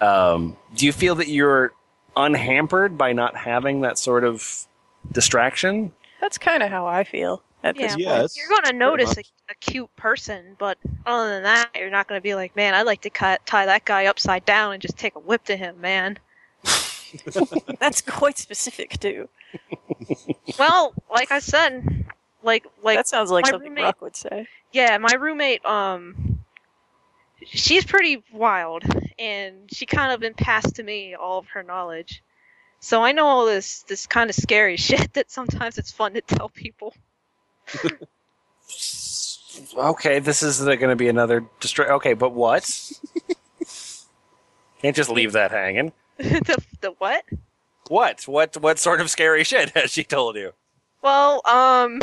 Um, do you feel that you're unhampered by not having that sort of distraction?
That's kind of how I feel at
Yeah,
this
Yeah,
well,
that's
you're gonna notice a,
much.
a cute person, but other than that, you're not gonna be like, man, I'd like to cut, tie that guy upside down and just take a whip to him, man.
point. That's quite specific, too.
well, like I said, like like
that sounds like
my
something
roommate-
Rock would say.
Yeah, my roommate, um, she's pretty wild, and she kind of been passed to me all of her knowledge. So I know all this this kind of scary <laughs> shit that sometimes it's fun to tell people. <laughs>
okay, this is going to be another destroy. Okay, but what? <laughs> Can't just leave that hanging.
the, the what?
What? What? What sort of scary <laughs> shit has she told you?
Well, um,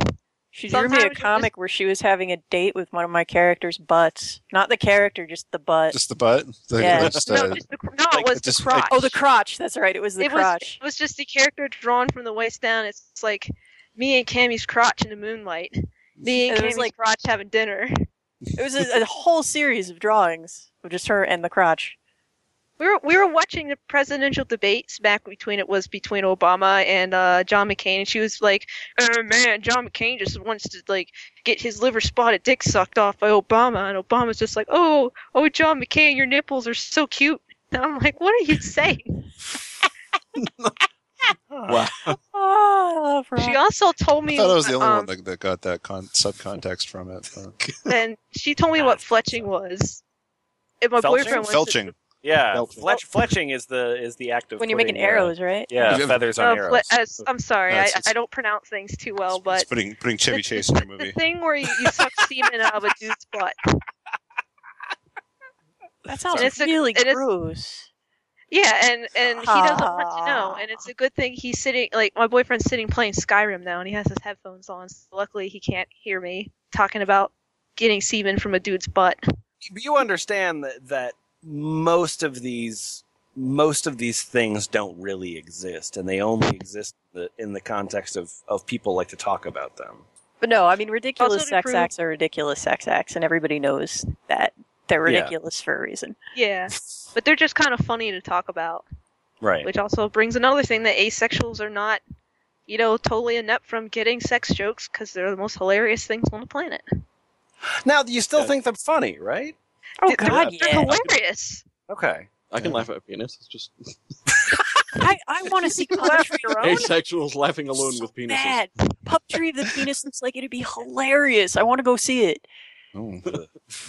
She drew me
Sometimes
a
you just-
comic where she was having a date with one of my characters' butts. Not the character, just the butt.
Just the <laughs> butt. The,
Yeah.
just,
no,
uh,
just the, cr- no,
like
it was
the dis-
the crotch.
oh, the crotch. That's right. It was the
it was
crotch.
it was just the character drawn from the waist down. It's, it's like me and Cammy's crotch in the moonlight. Me and
It was
Cammy's
like-
crotch having dinner.
it was a, a whole series of drawings of just her and the crotch.
We were we were watching the presidential debates back between it was between Obama and uh, John McCain, and she was like, "Oh man, John McCain just wants to like get his liver spotted dick sucked off by Obama," and Obama's just like, "Oh, oh, John McCain, your nipples are so cute." And I'm like, "What are you saying?"
Oh, I love Rock.
She also told
I
me,
thought I was the only
um,
one that, that got that con- subcontext from it. Uh,
and she told me what fletching was. And my
Felching?
boyfriend
<laughs>
was
felching.
Yeah,
Felching.
fletch, fletching is the is the act of
when you're
putting,
making
uh,
arrows, right?
yeah,
Yeah.
feathers
Uh,
on
fle-
arrows.
uh, s- I'm sorry,
No,
I,
it's- it's-
I don't pronounce things too well,
It's
but
putting putting Chevy
the-
Chase in your
the <laughs>
movie.
thing where you, you suck semen out of a
<laughs>
dude's butt.
That sounds
And it's a-
really
it is-
gross.
Yeah, and and he doesn't want to know, and it's a good thing he's sitting like my boyfriend's sitting playing Skyrim now, and he has his headphones on. So luckily, he can't hear me talking about getting semen from a dude's butt.
But you understand that that most of these most of these things don't really exist, and they only exist the, in the context of of people like to talk about them.
But no, I mean ridiculous
Also to
sex
prove-
acts are ridiculous sex acts, and everybody knows that they're
Yeah.
ridiculous for a reason.
Yeah, but they're just kind of funny to talk about,
Right.
which also brings another thing that asexuals are not, you know, totally inept from getting sex jokes because they're the most hilarious things on the planet.
now, you still
Yeah.
think they're funny, right?
Oh
They're-
God,
they're
yeah.
hilarious.
Okay.
I can
Yeah.
laugh at a penis. It's just
I, I want to see Pup Tree
Oh,
your own.
asexuals laughing alone
so
with penises.
Bad. Pup Tree of the penis looks like it'd be hilarious. I want to go see it.
Oh.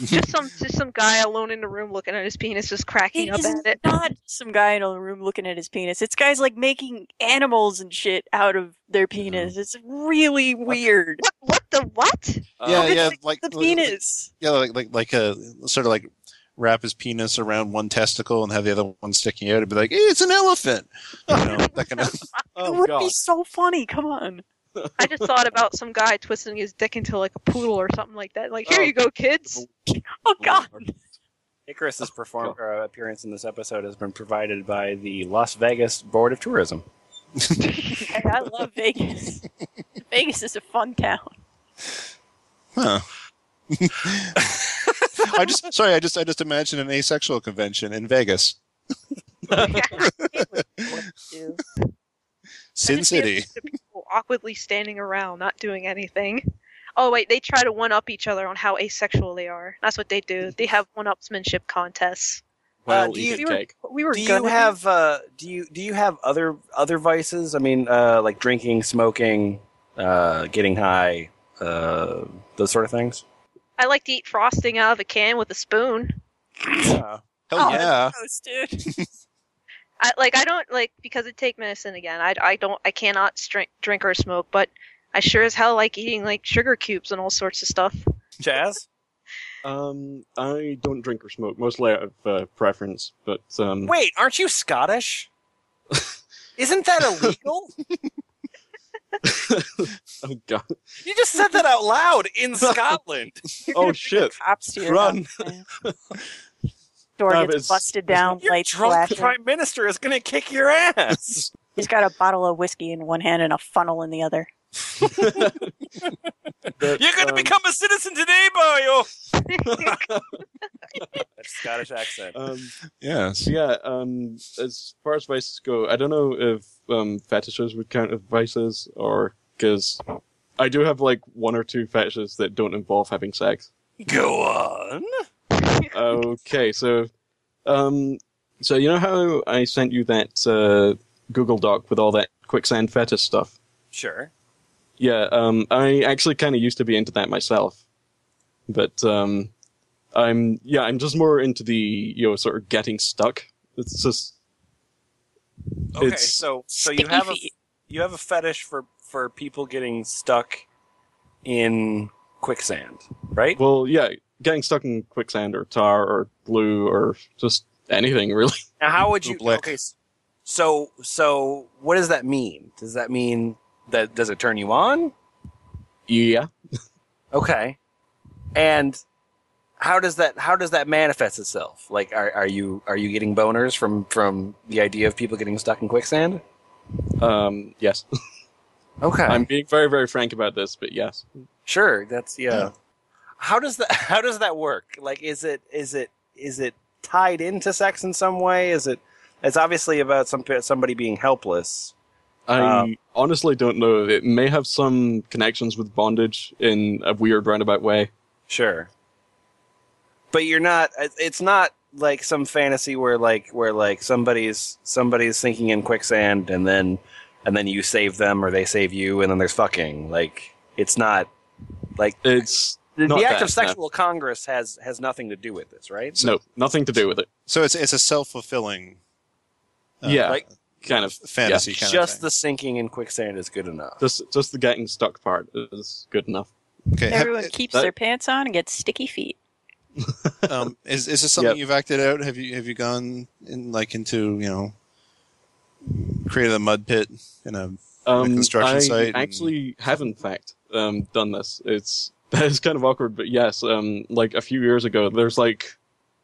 just some just some guy alone in the room looking at his penis, just cracking up
He's
at it.
not some guy in a room looking at his penis. It's guys like making animals and shit out of their penis. It's really weird.
What? What the what?
yeah,
It's
yeah,
like
like
the penis.
Yeah, like like like a sort of like wrap his penis around one testicle and have the other one sticking out and be like, hey, it's an elephant. You
<laughs>
know, that kind of.
it
Oh
would
god.
be so funny. Come on.
I just thought about some guy twisting his dick into like a poodle or something like that. Like, here
Oh.
you go, kids.
<laughs> Oh
<laughs>
god.
Icarus's perform- uh, appearance in this episode has been provided by the Las Vegas Board of Tourism.
Hey, I love
<laughs>
Vegas. Vegas is a fun <laughs> town.
Huh. <laughs> I just sorry, I just I just imagined an asexual convention in Vegas,
I
Sin
just feel
City.
the people awkwardly standing around, not doing anything. Oh wait, they try to one up each other on how asexual they are. That's what they do. They have one upsmanship contests.
Well,
Uh, do
you
you-
We
could
were,
take.
we were
Do you
gonna-
have uh, do you do you have other other vices? I mean, uh, like drinking, smoking, uh, getting high, uh, those sort of things.
I like to eat frosting out of a can with a spoon.
Yeah.
Hell
Oh,
yeah!
gross, dude.
I like I don't like because I take medicine again. I, I don't I cannot stri- drink or smoke, but I sure as hell like eating like sugar cubes and all sorts of stuff.
Jazz.
Um, I don't drink or smoke, mostly out of uh, preference. But um,
Wait, aren't you Scottish? <laughs> Isn't that illegal?
oh god,
you just said that out loud <laughs> in Scotland.
You're
Oh,
gonna bring
shit.
the Cops to your
Run. <laughs>
house, man. Door
No, but
gets
it's-
busted down,
Your
lights
drunk
flashing.
prime minister is going to kick your <laughs> ass.
He's got a bottle of whiskey in one hand and a funnel in the other.
But,
You're going to
um,
become a citizen today, boyo. <laughs> That's Scottish accent.
Um,
Yes.
so yeah, um, as far as vices go, I don't know if um, fetishes would count as vices, or because I do have like one or two fetishes that don't involve having sex.
<laughs> Go on.
okay, so, um, so you know how I sent you that uh, Google Doc with all that quicksand fetish stuff?
Sure.
Yeah, um, I actually kind of used to be into that myself, but um, I'm yeah, I'm just more into the you know sort of getting stuck. It's just
Okay,
It's
so so you
sticky
have a
feet.
you have a fetish for for people getting stuck in quicksand, right?
well, yeah, getting stuck in quicksand or tar or glue or just anything really. <laughs>
Now, how would you?
Oblick.
Okay, s- so so what does that mean? Does that mean that does it turn you on?
Yeah.
Okay, and how does that how does that manifest itself? Like, are are you are you getting boners from from the idea of people getting stuck in quicksand?
Um, yes.
Okay,
I'm being very very frank about this, but yes.
Sure, that's yeah.
Yeah.
How does that <laughs> how does that work? Like is it is it is it tied into sex in some way? Is it it's obviously about some somebody being helpless.
I
Um,
honestly don't know. It may have some connections with bondage in a weird roundabout way.
Sure. But you're not it's not like some fantasy where like where like somebody's somebody's sinking in quicksand and then and then you save them or they save you and then there's fucking. Like it's not like
It's
the,
not
act
that,
of sexual congress has has nothing to do with this, right?
no, no, nothing to do with it.
So it's it's a self fulfilling.
Uh,
yeah,
like-
kind of
fantasy kind
just
of
the sinking in quicksand is good enough.
Just just the getting stuck part is good enough.
thing. Okay, have-
Everyone keeps
that-
their pants on and gets sticky feet.
<laughs>
um, is is this something
Yep.
you've acted out? Have you have you gone in like into you know created a mud pit in a
Um,
construction
I
site and-
actually have in fact um, done this. It's <laughs> that is kind of awkward, but yes, um, like a few years ago, there's like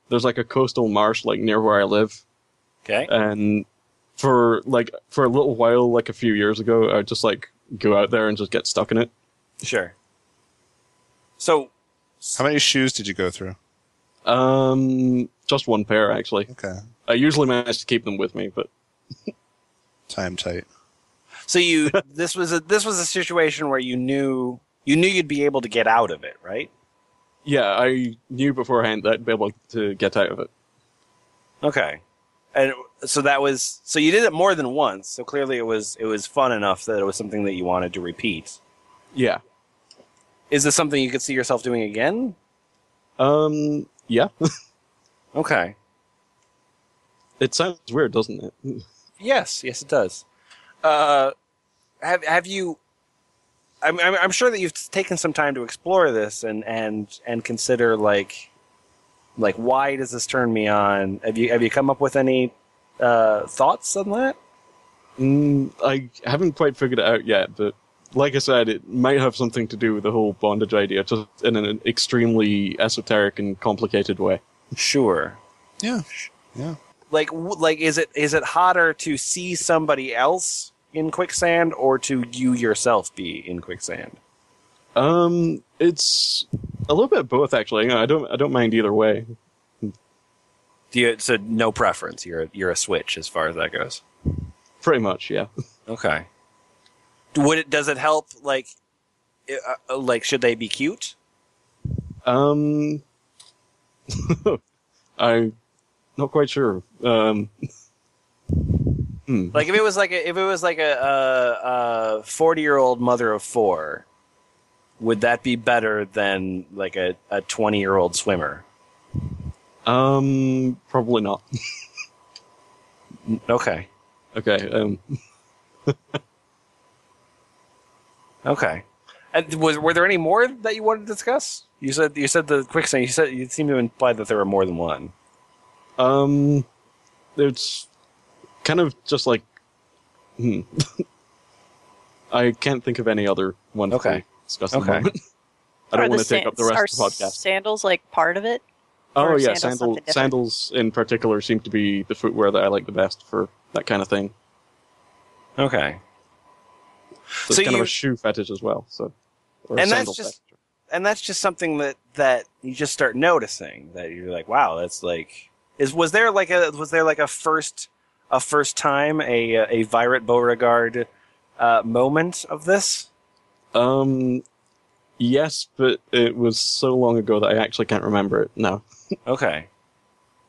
there's like a coastal marsh like near where I live,
Okay.
and for like for a little while, like a few years ago, I would just like go out there and just get stuck in it.
Sure. So
how many shoes did you go through?
Um, just one pair actually.
Okay,
I usually manage to keep them with me, but
time tight.
so you <laughs> this was a this was a situation where you knew you knew you'd be able to get out of it, right?
yeah, I knew beforehand that I'd be able to get out of it.
Okay. And so that was so you did it more than once. So clearly it was it was fun enough that it was something that you wanted to repeat.
Yeah.
Is this something you could see yourself doing again?
Um, yeah. <laughs>
Okay.
It sounds weird, doesn't it? <laughs>
Yes, yes, it does. Uh, have Have you? I'm, I'm I'm sure that you've taken some time to explore this and and and consider like, like why does this turn me on? Have you Have you come up with any uh, thoughts on that?
Mm, I haven't quite figured it out yet, but like I said, it might have something to do with the whole bondage idea, just in an extremely esoteric and complicated way.
Sure.
Yeah.
Like w- like is it is it hotter to see somebody else in quicksand or to you yourself be in quicksand?
Um, it's a little bit of both, actually. I don't, I don't mind either way.
Do you, so no preference. You're you're a switch as far as that goes.
Pretty much, yeah.
Okay. Would it? Does it help? Like, i- uh, uh, like should they be cute?
Um, <laughs> I'm not quite sure. Um, hmm.
Like if it was like a, if it was like a forty year old mother of four, would that be better than like a a twenty year old swimmer?
Um, probably not. <laughs>
Okay.
Okay. Um,
Okay. And was were there any more that you wanted to discuss? You said you said the quicksand. You said you seemed to imply that there were more than one.
um, it's kind of just like, hmm. <laughs> I can't think of any other one
Okay.
to discuss at the
Okay.
<laughs>
moment. I
Are
don't want to
the
take up the
san-
rest
are
of the podcast.
Sandals like part of it.
Oh
or
yeah,
sandals
sandal-
something different?
sandals in particular seem to be the footwear that I like the best for that kind of thing.
Okay.
So,
So
it's kind
you-
of a shoe fetish as well. So, or a
And that's
sandal
just-
fetish.
and that's just something that that you just start noticing that you're like wow that's like is was there like a was there like a first a first time a a Virat Beauregard uh, moment of this
Um, yes, but it was so long ago that I actually can't remember it. No,
okay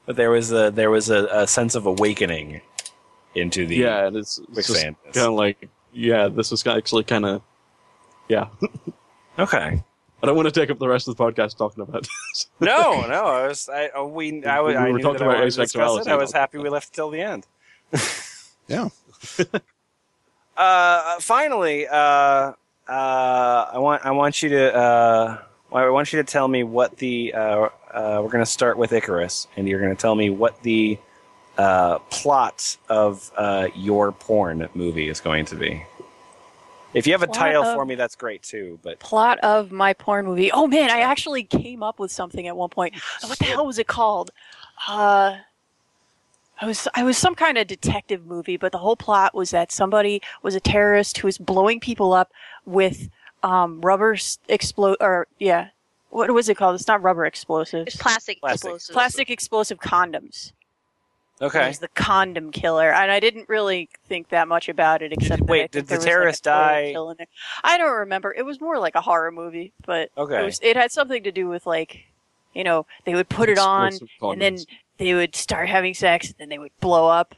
but there was a there was a, a sense of awakening into the
yeah, and it's, it's just kind
quicksand
of like, yeah, this is actually kind of, yeah. <laughs>
okay
I don't want to take up the rest of the podcast talking about this.
no no I was I uh, we I, was
We
I
were
knew
talking
that I
about
wanted to discuss it
asexuality.
I was happy we left till the end
Yeah.
uh, finally, uh, uh, I want I want you to uh, I want you to tell me what the uh, uh, we're going to start with Icarus, and you're going to tell me what the uh, plot of uh, your porn movie is going to be. If you have a
Plot
title
of-
for me, that's great too. But
Plot of my porn movie. Oh man, I actually came up with something at one point. Uh, What the hell was it called? Uh, I was I was some kind of detective movie, but the whole plot was that somebody was a terrorist who was blowing people up with um, rubber s- explode or yeah, what was it called? It's not rubber explosives.
It's plastic,
Plastic.
explosives.
plastic explosive condoms. He
okay,
was the condom killer, and I didn't really think that much about it. Except that I
wait,
think
did the
there was,
terrorist
like, a toilet
die?
kill in there. I don't remember. It was more like a horror movie, but
Okay.
it, was, it had something to do with like, you know, they would <laughs> put it on,
Explosive
and then
condoms.
they would start having sex, and then they would blow up.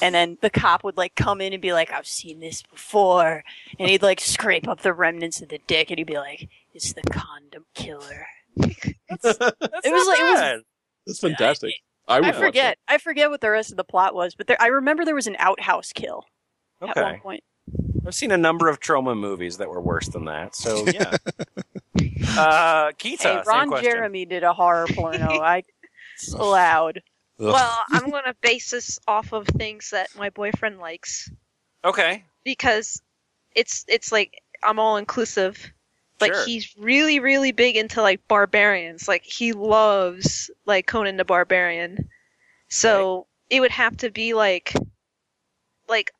And then the cop would like come in and be like, "I've seen this before," and he'd like scrape up the remnants of the dick, and he'd be like, "It's the condom killer." it was like it was
it's fantastic. I, would
I
watch it.
forget. I forget what the rest of the plot was, but there, I remember there was an outhouse kill at one
okay.
point.
I've seen a number of trauma movies that were worse than that. So <laughs> yeah, uh, Kita,
Hey,
same
Ron
question.
Jeremy did a horror <laughs> porno. I it's loud.
Ugh.
Well, I'm going to base this off of things that my boyfriend likes
Okay,
because it's it's like I'm all inclusive. Like
Sure.
he's really really big into like barbarians. Like he loves like Conan the Barbarian. So it would have to be like like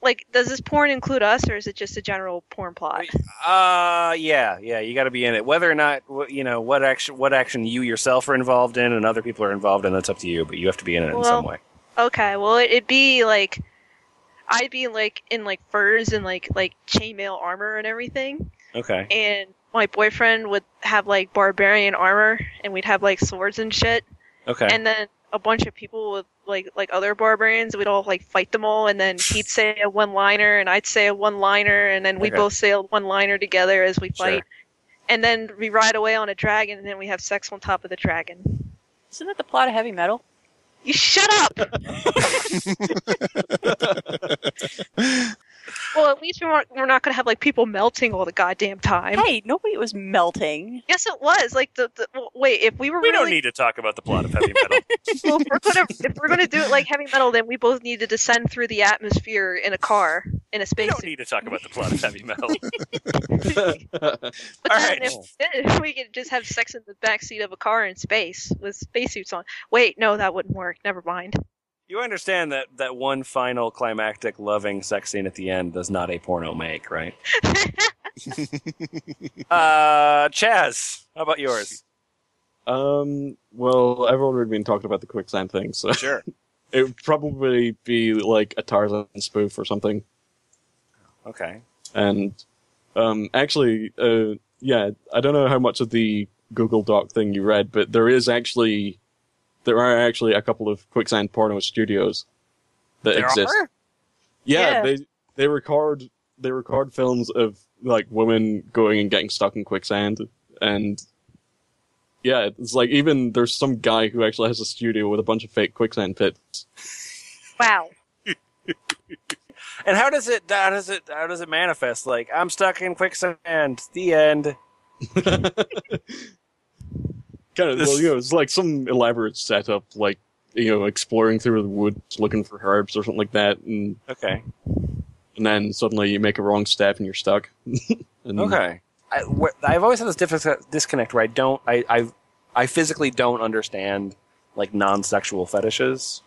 like does this porn include us or is it just a general porn plot?
Uh, yeah, yeah. You got to be in it, whether or not wh- you know what action what action you yourself are involved in and other people are involved in. That's up to you, but you have to be in it in some
Well-
way.
Okay, well it'd be like I'd be like in like furs and like like chainmail armor and everything.
Okay.
and my boyfriend would have like barbarian armor and we'd have like swords and shit
Okay.
and then a bunch of people with like like other barbarians we'd all like fight them all and then he'd say a one liner and i'd say a one liner and then we'd
Okay.
both say a one liner together as we
Sure.
fight and then we ride away on a dragon, and then we have sex on top of the dragon.
Isn't that the plot of Heavy Metal?
You shut
<laughs>
up. well, at least we weren't, we're not going to have like people melting all the goddamn time.
Hey, nobody was melting.
Yes, it was like the, the well, wait. If we were
We
really,
don't need to talk about the plot of heavy metal.
well, if we're
<laughs>
gonna if we're gonna do it like heavy metal, then we both need to descend through the atmosphere in a car in a
we
space.
don't need to talk about the plot of heavy metal.
But
All
then
right.
if, then if we could just have sex in the backseat of a car in space with spacesuits on. Wait, no, that wouldn't work. Never mind.
You understand that that one final climactic loving sex scene at the end does not a porno make, right? uh, Chaz, how about yours?
<laughs> Um, well, I've already been talking about the quicksand thing, so <laughs>
Sure.
it would probably be like a Tarzan spoof or something.
Okay.
And um, actually, uh, yeah, I don't know how much of the Google Doc thing you read, but there is actually there are actually a couple of quicksand porno studios that
There
exist.
are?
Yeah,
Yeah.
they they record they record films of like women going and getting stuck in quicksand, and yeah, it's like even there's some guy who actually has a studio with a bunch of fake quicksand pits.
Wow. <laughs>
And how does it? How does it? How does it manifest? Like I'm stuck in quicksand. The end.
Kind of,
This-
well, you know, it's like some elaborate setup, like you know, exploring through the woods looking for herbs or something like that, and
<laughs>
Okay.
and then suddenly you make a wrong step and you're stuck. <laughs> And-
Okay. I, wh- I've always had this diffi- disconnect where I don't, I, I, I physically don't understand like non-sexual fetishes.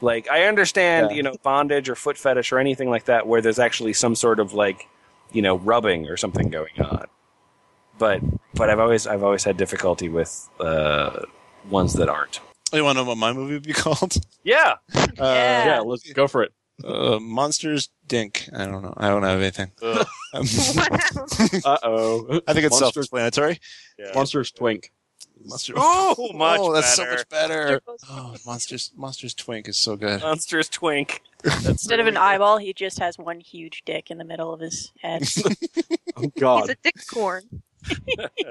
Like I understand,
Yeah.
you know, bondage or foot fetish or anything like that, where there's actually some sort of like, you know, rubbing or something going on. But but I've always I've always had difficulty with uh, ones that aren't.
You want to know what my movie would be <laughs> called?
<laughs>
yeah.
Uh,
Yeah, let's go for
<laughs>
it.
uh, Monsters Dink. I don't know. I don't have anything. <laughs>
Ugh.
Um,
Uh oh.
I think it's
monsters.
self-explanatory.
yeah.
Monsters Twink.
Monster-
Oh, much
<laughs> oh, that's so
better.
much better. Oh, Monsters Monsters Twink is so good.
Monsters twink. That's
Instead of an eyeball, he just has one huge dick in the middle of his <laughs> head.
Oh
He's
God.
a dick corn.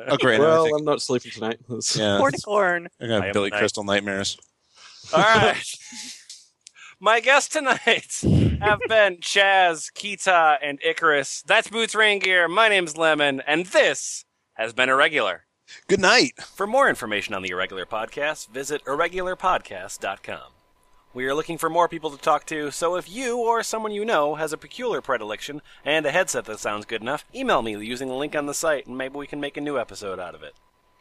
Oh, great.
well,
I think,
I'm not sleeping tonight. <laughs> That's-
yeah,
Porticorn.
I got
I am
Billy
nice.
Crystal nightmares.
All right. My guests tonight have been Chaz, Kita, and Icarus. That's Boots Rain Gear. My name's Lemon, and this has been Irregular.
Good night.
For more information on the Irregular Podcast, visit irregularpodcast.com. We are looking for more people to talk to, so if you or someone you know has a peculiar predilection and a headset that sounds good enough, email me using the link on the site and maybe we can make a new episode out of it.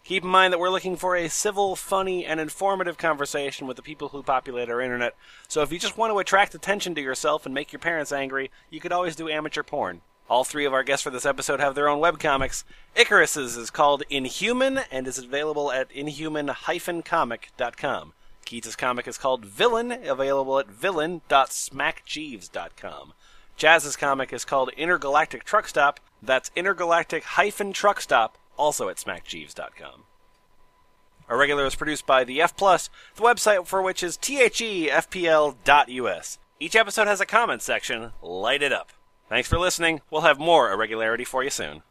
Keep in mind that we're looking for a civil, funny, and informative conversation with the people who populate our internet, so if you just want to attract attention to yourself and make your parents angry, you could always do amateur porn. All three of our guests for this episode have their own webcomics. Icarus's is called Inhuman and is available at inhuman-comic.com. Keats' comic is called Villain, available at villain.smackjeeves.com. Jazz's comic is called Intergalactic Truck Stop. That's intergalactic-truck stop, also at smackjeeves.com. Our regular is produced by the F Plus, the website for which is E thefpl.us. Each episode has a comment section. Light it up. Thanks for listening. We'll have more irregularity for you soon.